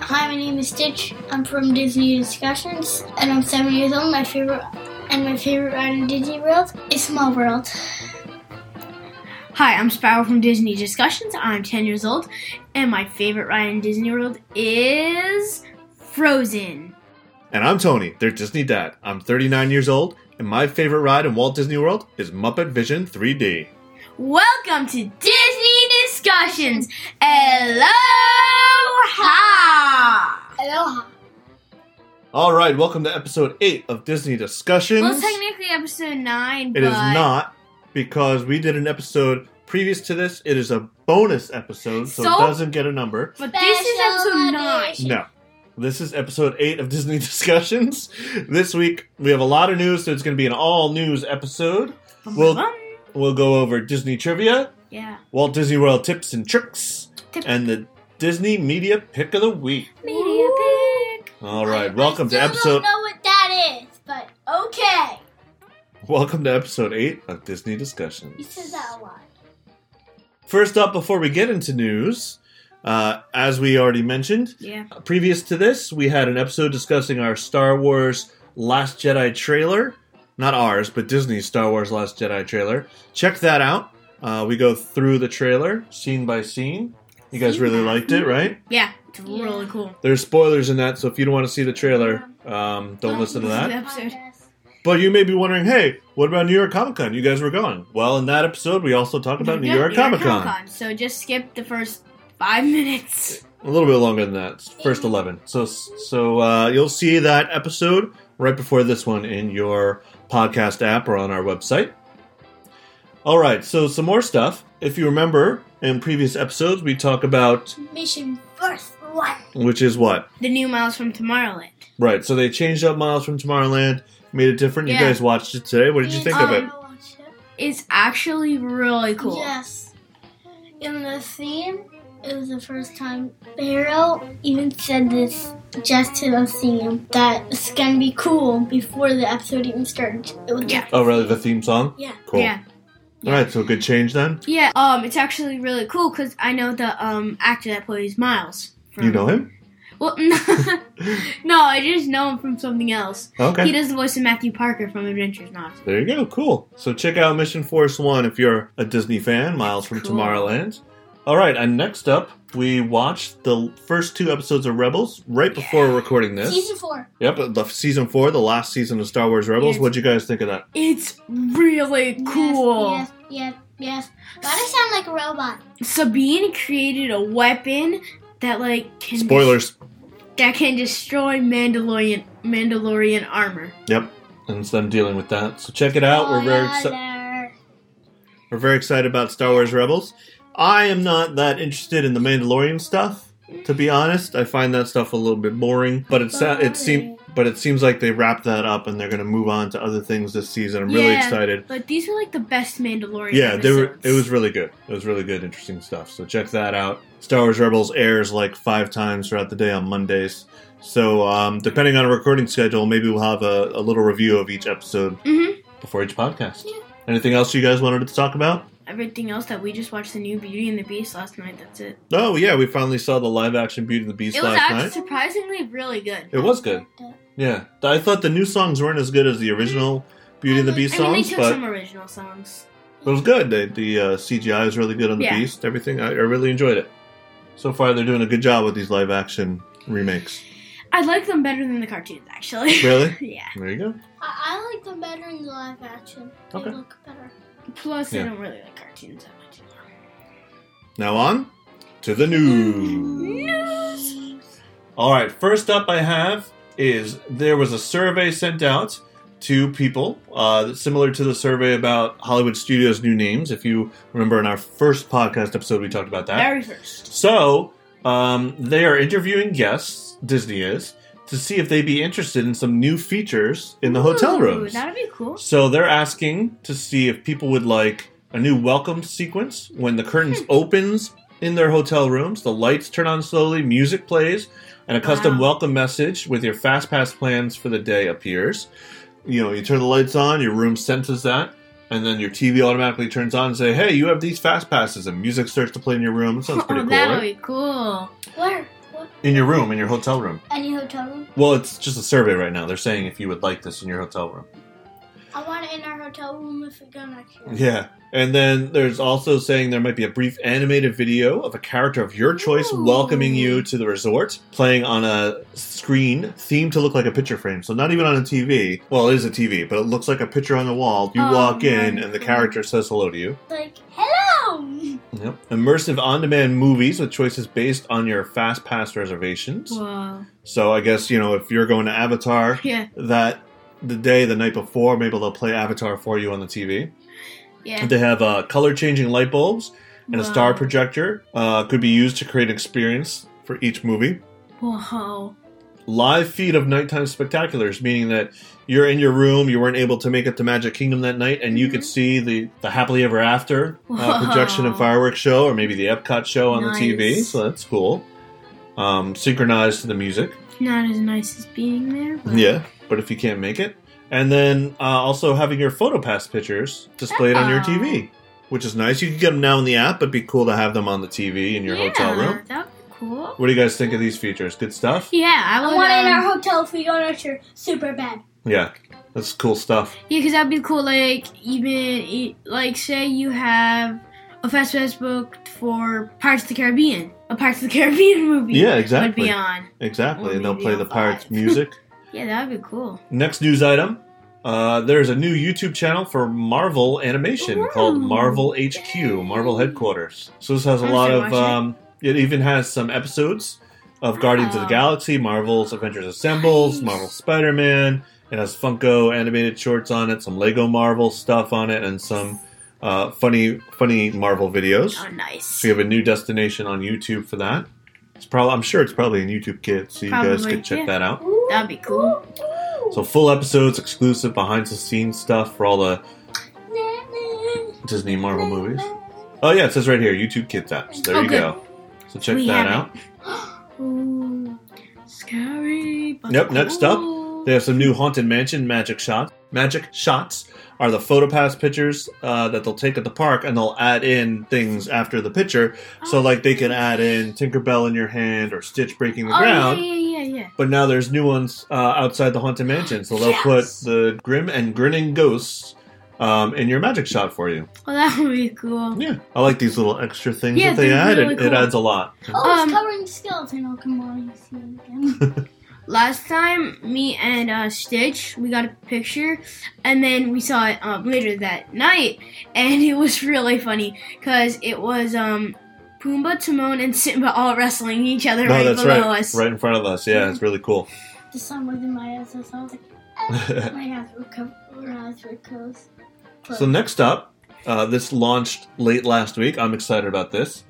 Hi, my name is Stitch. I'm from Disney Discussions, and I'm seven years old. My favorite and my favorite ride in Disney World is Small World. Hi, I'm Sparrow from Disney Discussions. I'm 10 years old, and my favorite ride in Disney World is Frozen. And I'm Tony, their Disney dad. I'm 39 years old, and my favorite ride in Walt Disney World is Muppet Vision 3D. Welcome to Disney Discussions. Aloha! Aloha. All right, welcome to episode 8 of Disney Discussions. Well, technically episode 9, it but is not because we did an episode previous to this. It is a bonus episode, so, So- it doesn't get a number. But this is Special episode 9. edition. No. This is episode 8 of Disney Discussions. This week we have a lot of news, so it's going to be an all news episode. Well- Bum, We'll go over Disney trivia, yeah. Walt Disney World tips and tricks, Tip- and the Disney Media Pick of the Week. Media pick. All right, I- welcome I to still Don't episode know what that is, but okay. welcome to episode 8 of Disney Discussions. He says that a lot. First up before we get into news, uh, as we already mentioned, Yeah. previous to this, we had an episode discussing our Star Wars Last Jedi trailer. Not ours, but Disney's Star Wars Last Jedi trailer. Check that out. Uh, we go through the trailer, scene by scene. You guys Scene really by liked it, scene. right? Yeah. It's Yeah. really cool. There's spoilers in that, so if you don't want to see the trailer, um, don't Don't listen to listen that. to Episode. Podcast. But you may be wondering, hey, what about New York Comic Con? You guys were going. Well, in that episode, we also talk about New Yeah, York Comic Con. Comic-Con, So just skip the first five minutes. A little bit longer than that, first eleven. So, so uh, you'll see that episode right before this one in your podcast app or on our website. All right, so some more stuff. If you remember in previous episodes, we talk about Mission first one. which is what The new Miles from Tomorrowland. right. So they changed up Miles from Tomorrowland, made it different. You Yeah. guys watched it today. What did you think of it? Um, It's actually really cool. Yes. In the scene, it was the first time Barrow even said this just to the scene that it's gonna be cool before the episode even started. It was Yeah. Oh, really? The theme song? Yeah. Cool. Yeah. All right, so good change then. Yeah. Um, it's actually really cool because I know the um actor that plays Miles. From, You know him? Well, no, no, I just know him from something else. He Okay. does the voice of Matthew Parker from Adventures in Odyssey. There you go. Cool. So check out Mission Force One if you're a Disney fan. Miles from Cool. Tomorrowland. All right, and next up, we watched the first two episodes of Rebels right before recording this. Season four. Yep, the season four, the last season of Star Wars Rebels. Yes. What'd you guys think of that? It's really cool. Yes, yes, yes. yes. Why do I sound like a robot? Sabine created a weapon that like can Spoilers. that can destroy Mandalorian Mandalorian armor. Yep, and it's them dealing with that. So check it Oh, out. We're very exci- Spoiler. we're very excited about Star Wars Rebels. I am not that interested in the Mandalorian stuff. To be honest, I find that stuff a little bit boring, but it's it seems but it seems like they wrapped that up and they're going to move on to other things this season. I'm really Yeah. excited. But these were like the best Mandalorian. Yeah, they were episodes. it was really good. It was really good interesting stuff. So check that out. Star Wars Rebels airs like 5 times throughout the day on Mondays. So um, depending on a recording schedule, maybe we'll have a, a little review of each episode Mhm. before each podcast. Yeah. Anything else you guys wanted to talk about? everything else that we just watched the new Beauty and the Beast last night. That's it. Oh yeah, we finally saw the live action Beauty and the Beast it was last actually night. surprisingly really good. It was good. Yeah, I thought the new songs weren't as good as the original Beauty and the Beast I mean, they songs, took but some original songs. it was good. They, the uh, CGI is really good on the Yeah. Beast. Everything I, I really enjoyed it. So far, they're doing a good job with these live action remakes. I like them better than the cartoons, actually. Really? yeah. There you go. I, I like them better in the live action. They Okay. look better. Plus, Yeah. I don't really like cartoons that much. Now on to the news. All right, first up I have is there was a survey sent out to people, uh, similar to the survey about Hollywood studios' new names. If you remember in our first podcast episode, we talked about that. Very first. So um, they are interviewing guests, Disney is, to see if they'd be interested in some new features in the hotel Ooh, rooms. That'd be cool. So they're asking to see if people would like a new welcome sequence when the curtains opens in their hotel rooms, the lights turn on slowly, music plays, and a custom Wow. welcome message with your fast pass plans for the day appears. You know, you turn the lights on, your room senses that, and then your TV automatically turns on and say, "Hey, you have these fast passes," and music starts to play in your room. It sounds oh, pretty cool. that'd right? be cool. Where? What? In your room, in your hotel room. Any hotel room? Well, it's just a survey right now. They're saying if you would like this in your hotel room. I want it in our hotel room if we go next year. Yeah. And then there's also saying there might be a brief animated video of a character of your choice Ooh. welcoming you to the resort, playing on a screen themed to look like a picture frame. So not even on a TV. Well, it is a TV, but it looks like a picture on the wall. You Oh, walk in, my and the God. character says hello to you. Like, hello! Yep. Immersive on-demand movies with choices based on your fast pass reservations. Whoa. So I guess you know if you're going to Avatar, Yeah. that the day, the night before, maybe they'll play Avatar for you on the TV. Yeah. They have uh, color-changing light bulbs and a Whoa. star projector uh, could be used to create an experience for each movie. Whoa. Live feed of nighttime spectaculars, meaning that you're in your room, you weren't able to make it to Magic Kingdom that night, and you could Mhm. see the, the Happily Ever After uh, Wow. projection and fireworks show, or maybe the Epcot show on Nice. the TV. So that's cool. Um, synchronized to the music. Not as nice as being there. But Yeah, but if you can't make it, and then uh, also having your PhotoPass pictures displayed on your Uh-oh. TV, which is nice. You can get them now in the app, but it'd be cool to have them on the TV in your Yeah, hotel room. That would be cool. What do you guys think of these features? Good stuff. Yeah, I would. I want it in um, our hotel if we go next year. Super bad. Yeah, that's cool stuff. Yeah, because that'd be cool. Like even e- like say you have a fast pass booked for Pirates of the Caribbean, a Pirates of the Caribbean movie. Yeah, would exactly, be on. exactly. Or And they'll maybe play on the pirates' five. music. Yeah, that'd be cool. Next news item. Uh, there's a new YouTube channel for Marvel animation Ooh. called Marvel HQ, Marvel Headquarters. So this has a I lot should of. watch it. Um, it even has some episodes of Guardians of the Oh. Galaxy, Marvel's Avengers Assembles, Nice. Marvel Spider Man. It has Funko animated shorts on it, some Lego Marvel stuff on it, and some uh, funny, funny Marvel videos. Oh, nice. So you have a new destination on YouTube for that. It's probably, I'm sure it's probably in YouTube Kids, so you guys Probably, could check yeah. that out. That'd be cool. So full episodes, exclusive behind the scenes stuff for all the Disney Marvel movies. Oh yeah, it says right here, YouTube Kids apps. There Oh, you good. go. So check We that have out. Oh, Ooh. Scary. But Yep, next up, cool. They have some new Haunted Mansion magic shots. Magic shots are the PhotoPass pictures uh, that they'll take at the park, and they'll add in things after the picture. So Oh. like they can add in Tinkerbell in your hand or Stitch breaking the Oh yeah, ground. yeah, yeah, yeah. But now there's new ones uh, outside the Haunted Mansion, so they'll Yes. put the grim and grinning ghosts um, in your magic shot for you. Well, that would be cool. Yeah, I like these little extra things Oh. Yeah, that they they're add. really it, it cool. adds a lot. Oh, Um, it's covering skeleton. Oh, come on. You see it again. Last time, me and uh, Stitch, we got a picture, and then we saw it um, later that night, and it was really funny because it was um, Pumbaa, Timon, and Simba all wrestling each other no, right Oh, that's below right, us. right in front of us. Yeah, it's really cool. the sun was in my eyes. So I was like, eh, my eyes were, co- my eyes were closed. So next up, uh, this launched late last week. I'm excited about this.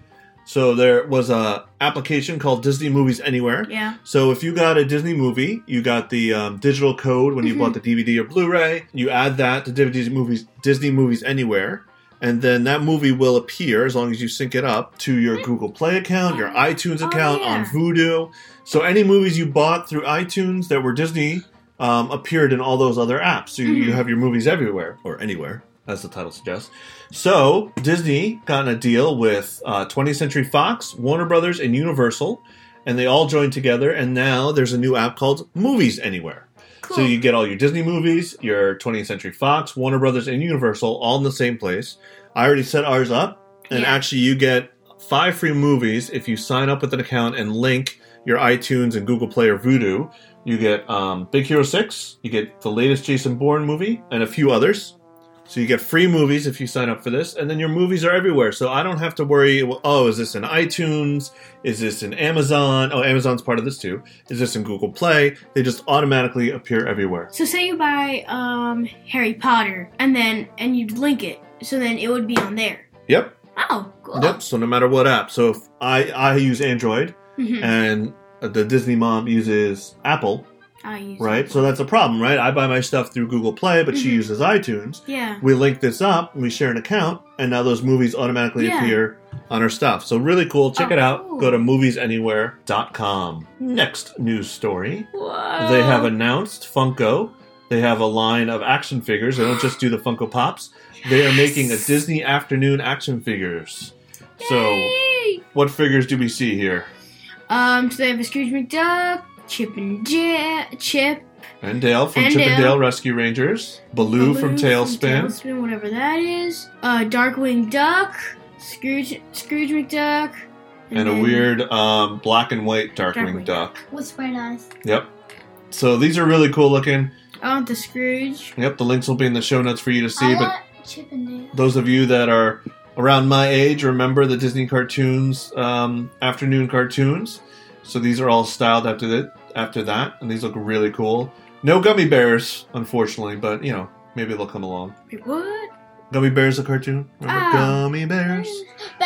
So there was a application called Disney Movies Anywhere. Yeah. So if you got a Disney movie, you got the um, digital code when you Mhm. bought the DVD or Blu-ray. You add that to Disney movies, Disney movies anywhere, and then that movie will appear as long as you sync it up to your Google Play account, your iTunes Mm-hmm. Oh, account on yeah. Vudu. So any movies you bought through iTunes that were Disney um, appeared in all those other apps. So you, you Mhm. have your movies everywhere or anywhere. As the title suggests. So, Disney got in a deal with uh, 20th Century Fox, Warner Brothers, and Universal and they all joined together and now there's a new app called movies anywhere Cool. so you get all your disney movies your 20th century fox warner brothers and universal all in the same place i already set ours up and Yeah. actually you get five free movies if you sign up with an account and link your itunes and google play or voodoo you get um, big hero 6 you get the latest jason bourne movie and a few others so you get free movies if you sign up for this and then your movies are everywhere so i don't have to worry well, oh is this in itunes is this in Amazon? Oh, Amazon's part of this too. Is this in Google Play? They just automatically appear everywhere. So say you buy um, Harry Potter, and then and you'd link it, so then it would be on there. Yep. Oh, cool. Yep. So no matter what app. So if I I use Android Mhm. and the Disney mom uses Apple, I use right? So that's a problem, right? I buy my stuff through Google Play, but she Mhm. uses iTunes. Yeah. We link this up, we share an account, and now those movies automatically Yeah. appear on our stuff. So really cool. Check it out. Oh. Go to moviesanywhere.com. Next news story. Whoa. They have announced Funko. They have a line of action figures. They don't just do the Funko Pops. They are making a Yes. Disney afternoon action figures. So, Yay! what figures do we see here? Um, so they have a Scrooge McDuck, Chip and ja- Chip, And Dale from And Chip and Dale. Dale Rescue Rangers. Baloo, from Tailspin. Tailspin, whatever that is. Uh, Darkwing Duck, Scrooge, Scrooge McDuck, and a then- weird um, black and white Darkwing Darkwing Duck. With red eyes. Yep. So these are really cool looking. I want the Scrooge. Yep, the links will be in the show notes for you to see. I But want Chip and Dale. those of you that are around my age remember the Disney cartoons, um, afternoon cartoons. So these are all styled after that, after that, and these look really cool. No gummy bears, unfortunately, but you know maybe they'll come along. Wait, what? Gummy bears, a cartoon. Remember Ah. gummy bears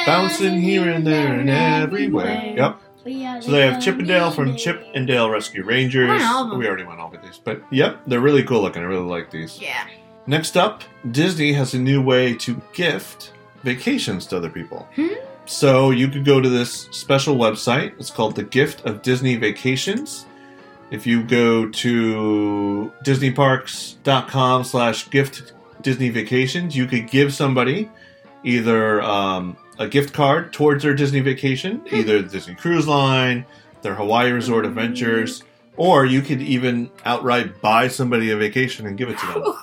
bouncing here and there and everywhere. everywhere. Yep. We are So they have the Chip and Dale from Gummy Chip Bears. and Dale Rescue Rangers. I want all of them. We already went over these, but yep, they're really cool looking. I really like these. Yeah. Next up, Disney has a new way to gift vacations to other people. Hmm? So you could go to this special website. It's called the Gift of Disney Vacations. If you go to disneyparks.com slash gift Disney vacations, you could give somebody either um, a gift card towards their Disney vacation, either the Disney Cruise Line, their Hawaii Resort Adventures, or you could even outright buy somebody a vacation and give it to them.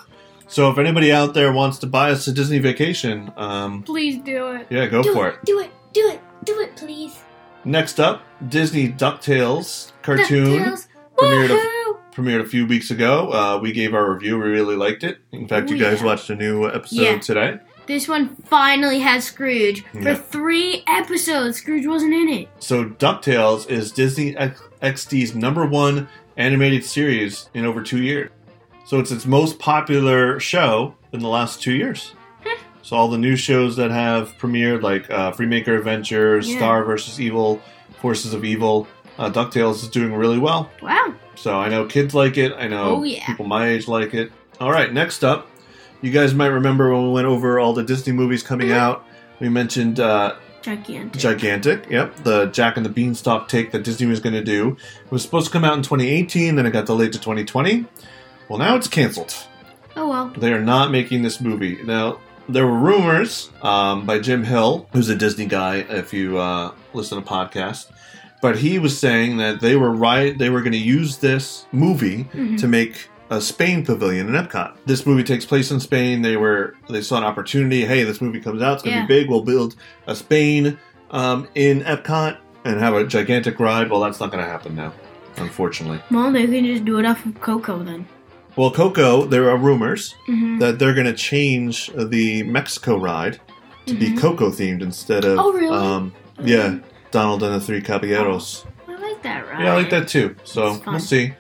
So if anybody out there wants to buy us a Disney vacation, um, Please do it. yeah, go do for it. Do it. Do it. Do it, please. it. Next up, Disney DuckTales cartoon. DuckTales. premiered a Woohoo! premiered a few weeks ago. Uh, we gave our review. We really liked it. In fact, you Oh, yeah. guys watched a new episode Yeah. today. This one finally had Scrooge. Yeah. For three episodes, Scrooge wasn't in it. So, DuckTales is Disney X- XD's number one animated series in over two years. So, it's its most popular show in the last two years. Hmm. so, all the new shows that have premiered, like uh, Freemaker Adventures, Yeah. Star vs. Evil, Forces of Evil, uh, DuckTales is doing really well. Wow. So I know kids like it. I know Oh, yeah. people my age like it. All right, next up, you guys might remember when we went over all the Disney movies coming out. We mentioned uh, Gigantic. Gigantic. Yep, the Jack and the Beanstalk take that Disney was going to do. It was supposed to come out in 2018, then it got delayed to 2020. Well, now it's canceled. oh well. They are not making this movie. Now, there were rumors um, by Jim Hill, who's a Disney guy, if you uh, listen to podcasts, but he was saying that they were right. They were going to use this movie Mhm. to make a Spain pavilion in Epcot. This movie takes place in Spain. They were they saw an opportunity. Hey, this movie comes out. It's going to Yeah. be big. We'll build a Spain um, in Epcot and have a gigantic ride. Well, that's not going to happen now, unfortunately. Well, they can just do it off of Coco then. Well, Coco, there are rumors Mm-hmm. that they're going to change the Mexico ride to be Coco themed instead of. Mm-hmm. Oh, really? Um, yeah, Donald and the Three Caballeros. I like that ride. Yeah, I like that too. So It's fun. we'll see.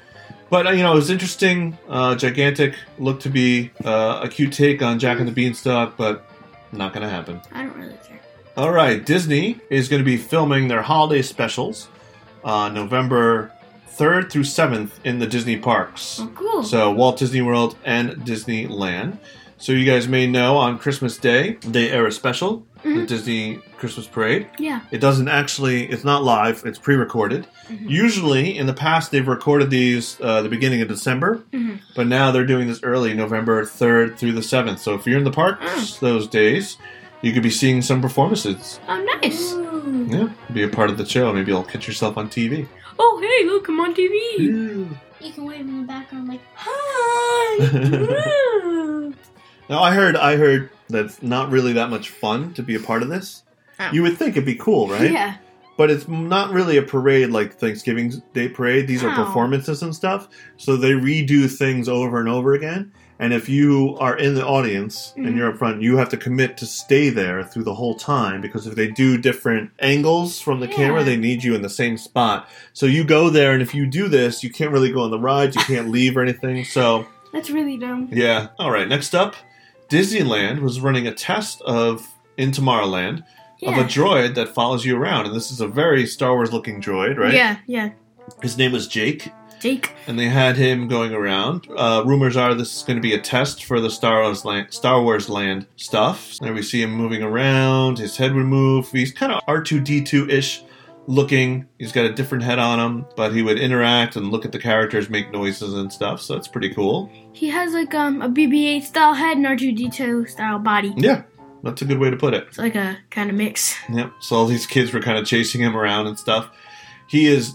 But uh, you know, it was interesting. Uh, Gigantic looked to be uh, a cute take on Jack and the Beanstalk, but not going to happen. I don't really care. All right, Disney is going to be filming their holiday specials uh, November third through seventh in the Disney parks. Oh, cool. So Walt Disney World and Disneyland. So you guys may know on Christmas Day they air a special, the Mhm. Disney Christmas Parade. yeah. It doesn't actually; it's not live; it's pre-recorded. Mhm. Usually, in the past, they've recorded these uh, the beginning of December, Mhm. but now they're doing this early, November third through the seventh. So if you're in the parks Mm. those days, you could be seeing some performances. Oh, nice. Ooh. Yeah, be a part of the show. Maybe you'll catch yourself on TV. Oh, hey, look, I'm on TV. You can wave in the background like, hi. Now I heard I heard that's not really that much fun to be a part of this. Oh. You would think it'd be cool, right? Yeah. But it's not really a parade like Thanksgiving Day parade. These are Oh. performances and stuff. So they redo things over and over again. And if you are in the audience and Mhm. you're up front, you have to commit to stay there through the whole time because if they do different angles from the camera, Yeah. they need you in the same spot. So you go there, and if you do this, you can't really go on the ride, you can't leave or anything. So That's really dumb. yeah. All right. Next up, Disneyland was running a test of in Tomorrowland Yeah. of a droid that follows you around, and this is a very Star Wars looking droid, right? Yeah, yeah. His name was Jake, Jake. and they had him going around. Uh, rumors are this is going to be a test for the Star Wars land, Star Wars land stuff. There we see him moving around. His head would move. He's kind of R two D two ish looking. He's got a different head on him, but he would interact and look at the characters, make noises and stuff. So that's pretty cool. He has like um a BB-8 style head and R2D2 style body. Yeah, that's a good way to put it. It's like a kind of mix. Yep. So all these kids were kind of chasing him around and stuff. He is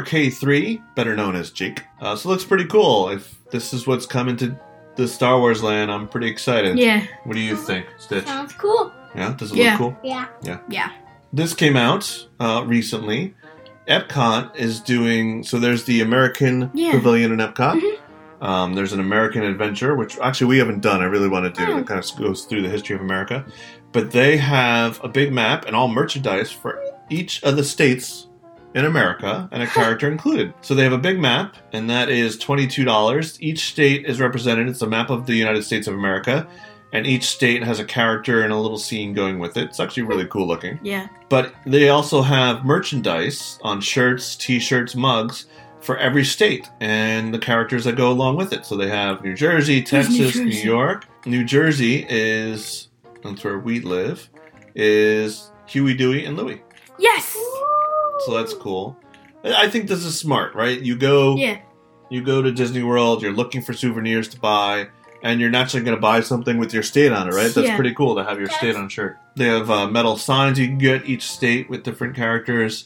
J4K3, better known as Jake. Uh, so it looks pretty cool. If this is what's coming to the Star Wars land, I'm pretty excited. Yeah. What do you think, Stitch? Sounds cool. Yeah, does it Yeah. look cool? Yeah. This came out uh, recently. Epcot is doing so. There's the American Yeah. Mm-hmm. Pavilion in Epcot. Um, there's an American Adventure, which actually we haven't done. I really want to do. Oh. It kind of goes through the history of America, but they have a big map and all merchandise for each of the states in America and a character included. So they have a big map, and that is $22. Each state is represented. It's a map of the United States of America, and each state has a character and a little scene going with it. It's actually really cool looking. Yeah. But they also have merchandise on shirts, t shirts, mugs for every state and the characters that go along with it. So they have New Jersey, New Texas, New, Jersey? York. New Jersey is, that's where we live, is Huey, Dewey, and Louie. Yes. So that's cool. I I think this is smart, right? You go Yeah. you go to Disney World, you're looking for souvenirs to buy, and you're naturally going to buy something with your state on it, right? That's Yeah. pretty cool to have your Yes. state on a shirt. They have uh, metal signs you can get each state with different characters.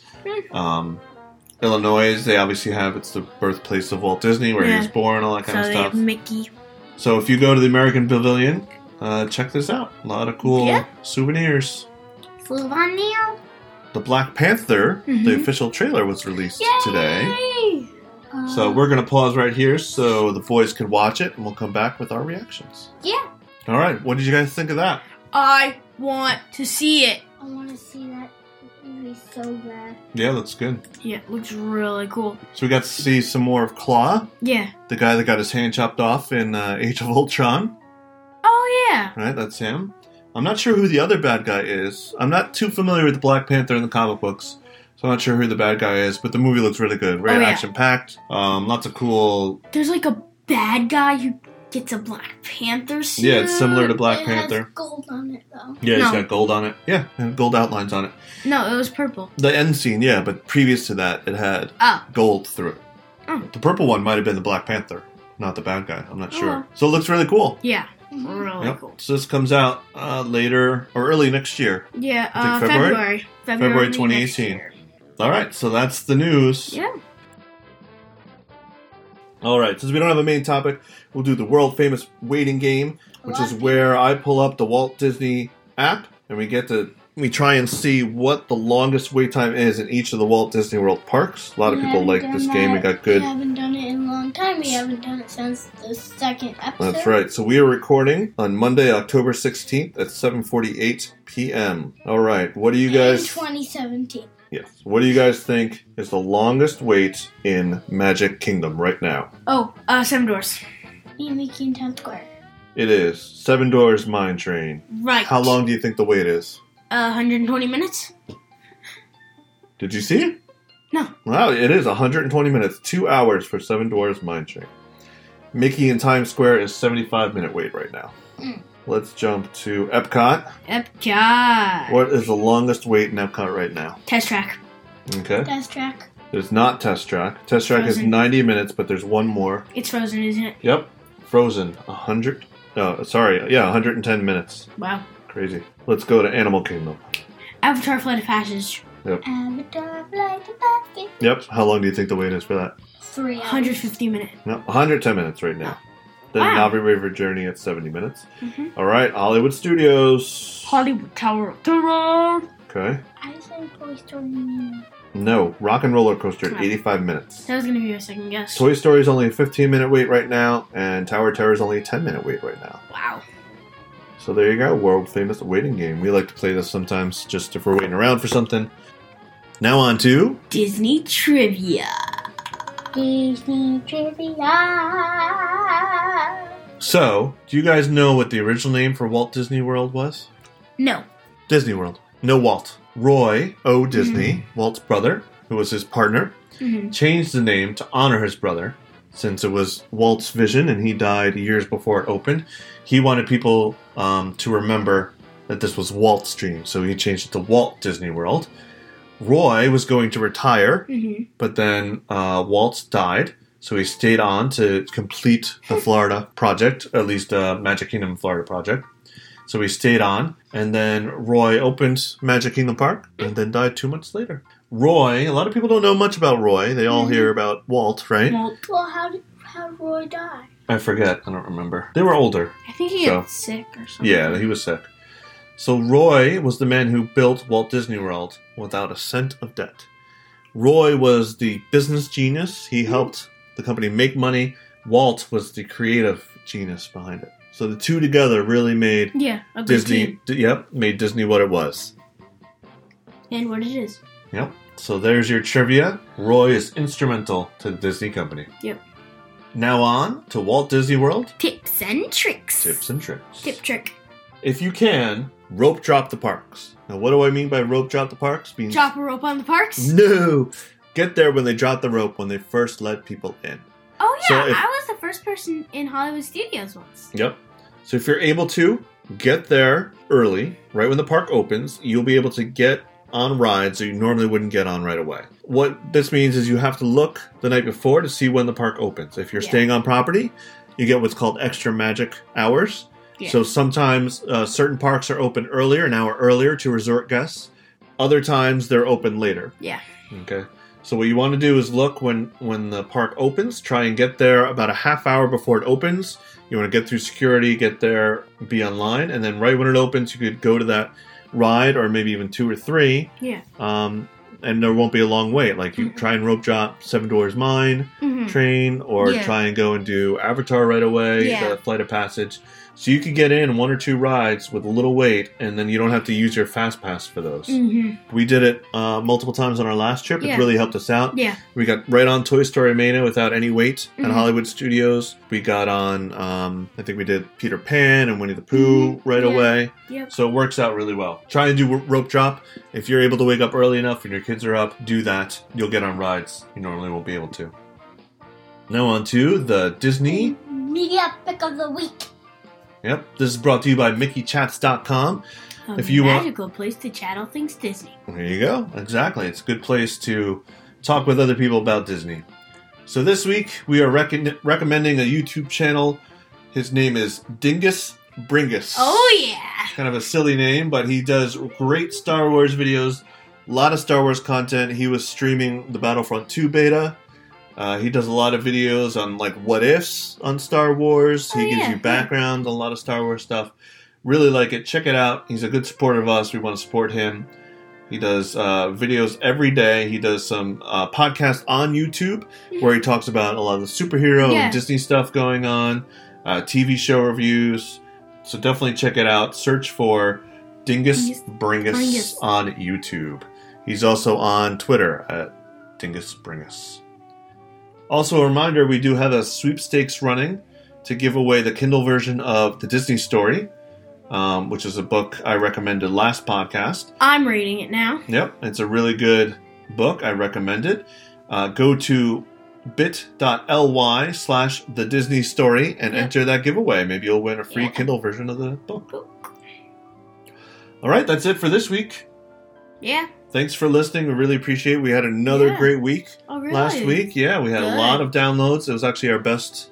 Um, Illinois, they obviously have it's the birthplace of Walt Disney, where Yeah. he was born, all that So kind they of have stuff. Mickey. So if you go to the American Pavilion, uh, check this out. A lot of cool Yeah. souvenirs. Slovenia. The Black Panther, the Mhm. official trailer was released Yay! today. Um, So we're going to pause right here so the boys can watch it and we'll come back with our reactions. Yeah. All right. What did you guys think of that? I want to see it. I want to see that movie so bad. Yeah, that's good. Yeah, it looks really cool. So we got to see some more of Claw, Yeah. the guy that got his hand chopped off in uh, Age of Ultron. Oh yeah. Right? That's him. I'm not sure who the other bad guy is. I'm not too familiar with the Black Panther in the comic books. So I'm not sure who the bad guy is, but the movie looks really good. Very Oh, yeah. action packed. Um, lots of cool. There's like a bad guy who gets a Black Panther suit. Yeah, it's similar to Black it Panther. Has gold on it though. Yeah, he's No. got gold on it. Yeah, and gold outlines on it. No, it was purple. The end scene, yeah, but previous to that, it had Oh. gold through it. Oh. The purple one might have been the Black Panther, not the bad guy. I'm not Oh, sure. well. So it looks really cool. Yeah. Mhm. Really Yep. cool. So this comes out uh, later or early next year. Yeah, I uh, think February? February. February next 2018. year. All right, so that's the news. Yeah. All right, since we don't have a main topic, we'll do the world famous waiting game, which is where I pull up the Walt Disney app and we get to we try and see what the longest wait time is in each of the Walt Disney World parks. A lot of We people haven't like done this game and that- got good We haven't done it in a long time. We haven't done it since the second episode. That's right. So we are recording on Monday, October 16th at 7:48 p.m. All right. What do you In guys 2017. Yes. What do you guys think is the longest wait in Magic Kingdom right now? Oh, uh, Seven Doors. In Mickey and Town Square. It is Seven Doors Mine Train. Right. How long do you think the wait is? Uh, 120 minutes. Did you see it? No. Wow, it is 120 minutes, 2 hours for Seven Doors Mine Train. Mickey in Times Square is 75 minute wait right now. Mm. Let's jump to Epcot. Epcot. What is the longest wait in Epcot right now? Test track. Okay. Death track. There's not Test Track. Test Track is Frozen. 90 minutes, but there's one more. It's frozen, isn't it? Yep. Frozen, 100. Uh, sorry, yeah, 110 minutes. Wow. Crazy. Let's go to Animal Kingdom. Avatar Flight of Passage. Avatar like a basket. Yep. How long do you think the wait is for that? Three hours. 150 minutes. No, 110 minutes right now. The Wow. Navi River Journey at 70 minutes. Mhm. All right, Hollywood Studios. Hollywood Tower of Terror. okay. I say Toy Story. Mania. No, Rock and Roller Coaster at Wow. 85 minutes. That was gonna be your second guess. Toy Story is only a 15 minute wait right now, and Tower of Terror is only a 10 minute wait right now. wow. So there you go, world famous waiting game. We like to play this sometimes just if we're waiting around for something. Now on to Disney trivia. Disney trivia. So, do you guys know what the original name for Walt Disney World was? No. Disney World. No Walt. Roy O. Disney, Walt's brother, who was his partner, Mhm. changed the name to honor his brother since it was Walt's vision and he died years before it opened. He wanted people um, to remember that this was Walt's dream, so he changed it to Walt Disney World. Roy was going to retire, Mhm. but then uh, Waltz died, so he stayed on to complete the Florida project, at least uh, Magic Kingdom Florida project. So he stayed on, and then Roy opened Magic Kingdom Park, and then died two months later. Roy. A lot of people don't know much about Roy. They all hear about Walt, right? Well, Well, how did how did Roy die? I forget. I don't remember. They were older. I think he So- got sick or something. Yeah, he was sick. So Roy was the man who built Walt Disney World without a cent of debt. Roy was the business genius. He helped the company make money. Walt was the creative genius behind it. So the two together really made Yeah, a good Disney. team. D- yep, made Disney what it was. And what it is. Yep. So there's your trivia. Roy is instrumental to the Disney company. Yep. Now on to Walt Disney World Tips and tricks. tips and tricks. Tip trick. If you can, rope drop the parks. Now, what do I mean by rope drop the parks? Means Drop a rope on the parks. No, get there when they drop the rope when they first let people in. Oh yeah, So if- I was the first person in Hollywood Studios once. Yep. So if you're able to get there early, right when the park opens, you'll be able to get on rides that you normally wouldn't get on right away. What this means is you have to look the night before to see when the park opens. If you're Yeah. staying on property, you get what's called extra magic hours. Yeah. So sometimes uh, certain parks are open earlier, an hour earlier to resort guests. Other times they're open later. Yeah. Okay. So what you want to do is look when when the park opens. Try and get there about a half hour before it opens. You want to get through security, get there, be online, and then right when it opens, you could go to that ride or maybe even two or three. Yeah. Um, and there won't be a long wait. Like you Mhm. try and rope drop Seven Doors Mine Mm-hmm. train, or Yeah. try and go and do Avatar right away, Yeah. the Flight of Passage. So you could get in one or two rides with a little wait, and then you don't have to use your fast pass for those. Mm-hmm. We did it uh, multiple times on our last trip. It Yeah. really helped us out. Yeah. We got right on Toy Story Mania without any wait at Mhm. Hollywood Studios. We got on, um, I think we did Peter Pan and Winnie the Pooh Mhm. right Yeah. away. Yep. So it works out really well. Try and do ro- rope drop. If you're able to wake up early enough and your kids are up, do that. You'll get on rides you normally won't be able to. Now on to the Disney Media pick of the week. Yep. This is brought to you by MickeyChats.com. A If you want- magical place to chat all things Disney. There you go. Exactly. It's a good place to talk with other people about Disney. So this week we are recon recommending a YouTube channel. His name is Dingus Bringus. Oh yeah. Kind of a silly name, but he does great Star Wars videos. A lot of Star Wars content. He was streaming the Battlefront 2 beta. Uh, he does a lot of videos on like what ifs on Star Wars. Oh, he gives yeah, you yeah. background on a lot of Star Wars stuff. Really like it. Check it out. He's a good supporter of us. We want to support him. He does uh, videos every day. He does some uh, podcasts on YouTube where he talks about a lot of the superhero Yeah. and Disney stuff going on, uh, TV show reviews. So definitely check it out. Search for Dingus Dingus Bringus, Bringus. on YouTube. He's also on Twitter at Dingus Bringus. Also, a reminder we do have a sweepstakes running to give away the Kindle version of The Disney Story, um, which is a book I recommended last podcast. I'm reading it now. Yep, it's a really good book. I recommend it. Uh, go to bit.ly slash the Disney story and Yep. enter that giveaway. Maybe you'll win a free Yeah. Kindle version of the book. All right, that's it for this week. Yeah. Thanks for listening. We really appreciate it. We had another Yeah. great week Oh really? last week. Yeah, we had a Good. lot of downloads. It was actually our best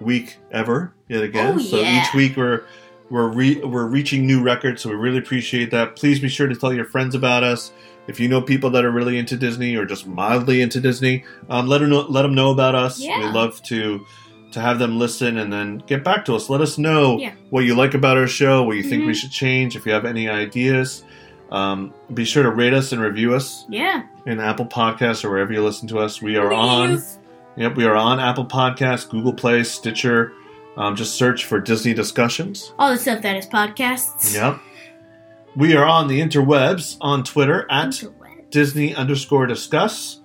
week ever, yet again. Oh, so yeah. each week we're we're re- we're reaching new records. So we really appreciate that. Please be sure to tell your friends about us. If you know people that are really into Disney or just mildly into Disney, um, let them know, let them know about us. Yeah. We love to to have them listen and then get back to us. Let us know Yeah. what you like about our show, what you think we Mhm. should change, if you have any ideas. Um, be sure to rate us and review us Yeah. in Apple Podcasts or wherever you listen to us. We are on. Yep, we are on Apple Podcasts, Google Play, Stitcher. Um, just search for Disney Discussions. All the stuff that is podcasts. Yep. We are on the interwebs on Twitter at Interweb. Disney underscore discuss.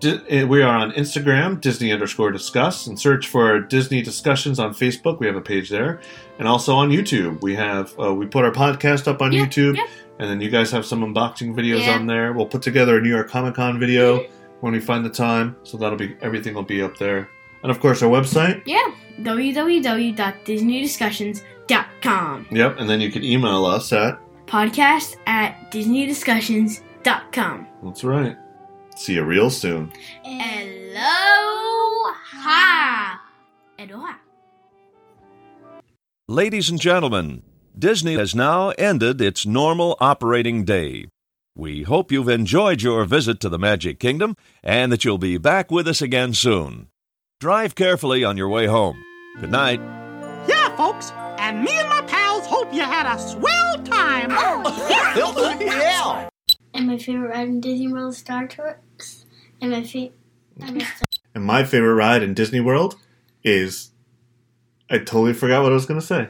Di- eh, we are on Instagram, Disney underscore discuss, and search for Disney discussions on Facebook. We have a page there, and also on YouTube. We have uh, we put our podcast up on Yeah, YouTube, yeah. and then you guys have some unboxing videos Yeah. on there. We'll put together a New York Comic Con video when we find the time, so that'll be everything will be up there, and of course our website. Yeah. www.disneydiscussions.com. Yep, and then you can email us at Podcast at disneydiscussions.com. that's right. See you real soon. Aloha. Aloha. Ladies and gentlemen, Disney has now ended its normal operating day. We hope you've enjoyed your visit to the Magic Kingdom and that you'll be back with us again soon. Drive carefully on your way home. Good night. Yeah, folks. And me and my pals hope you had a swell time. And my favorite ride in Disney World is Star Tours. And my favorite. And my favorite ride in Disney World is. I totally forgot what I was going to say.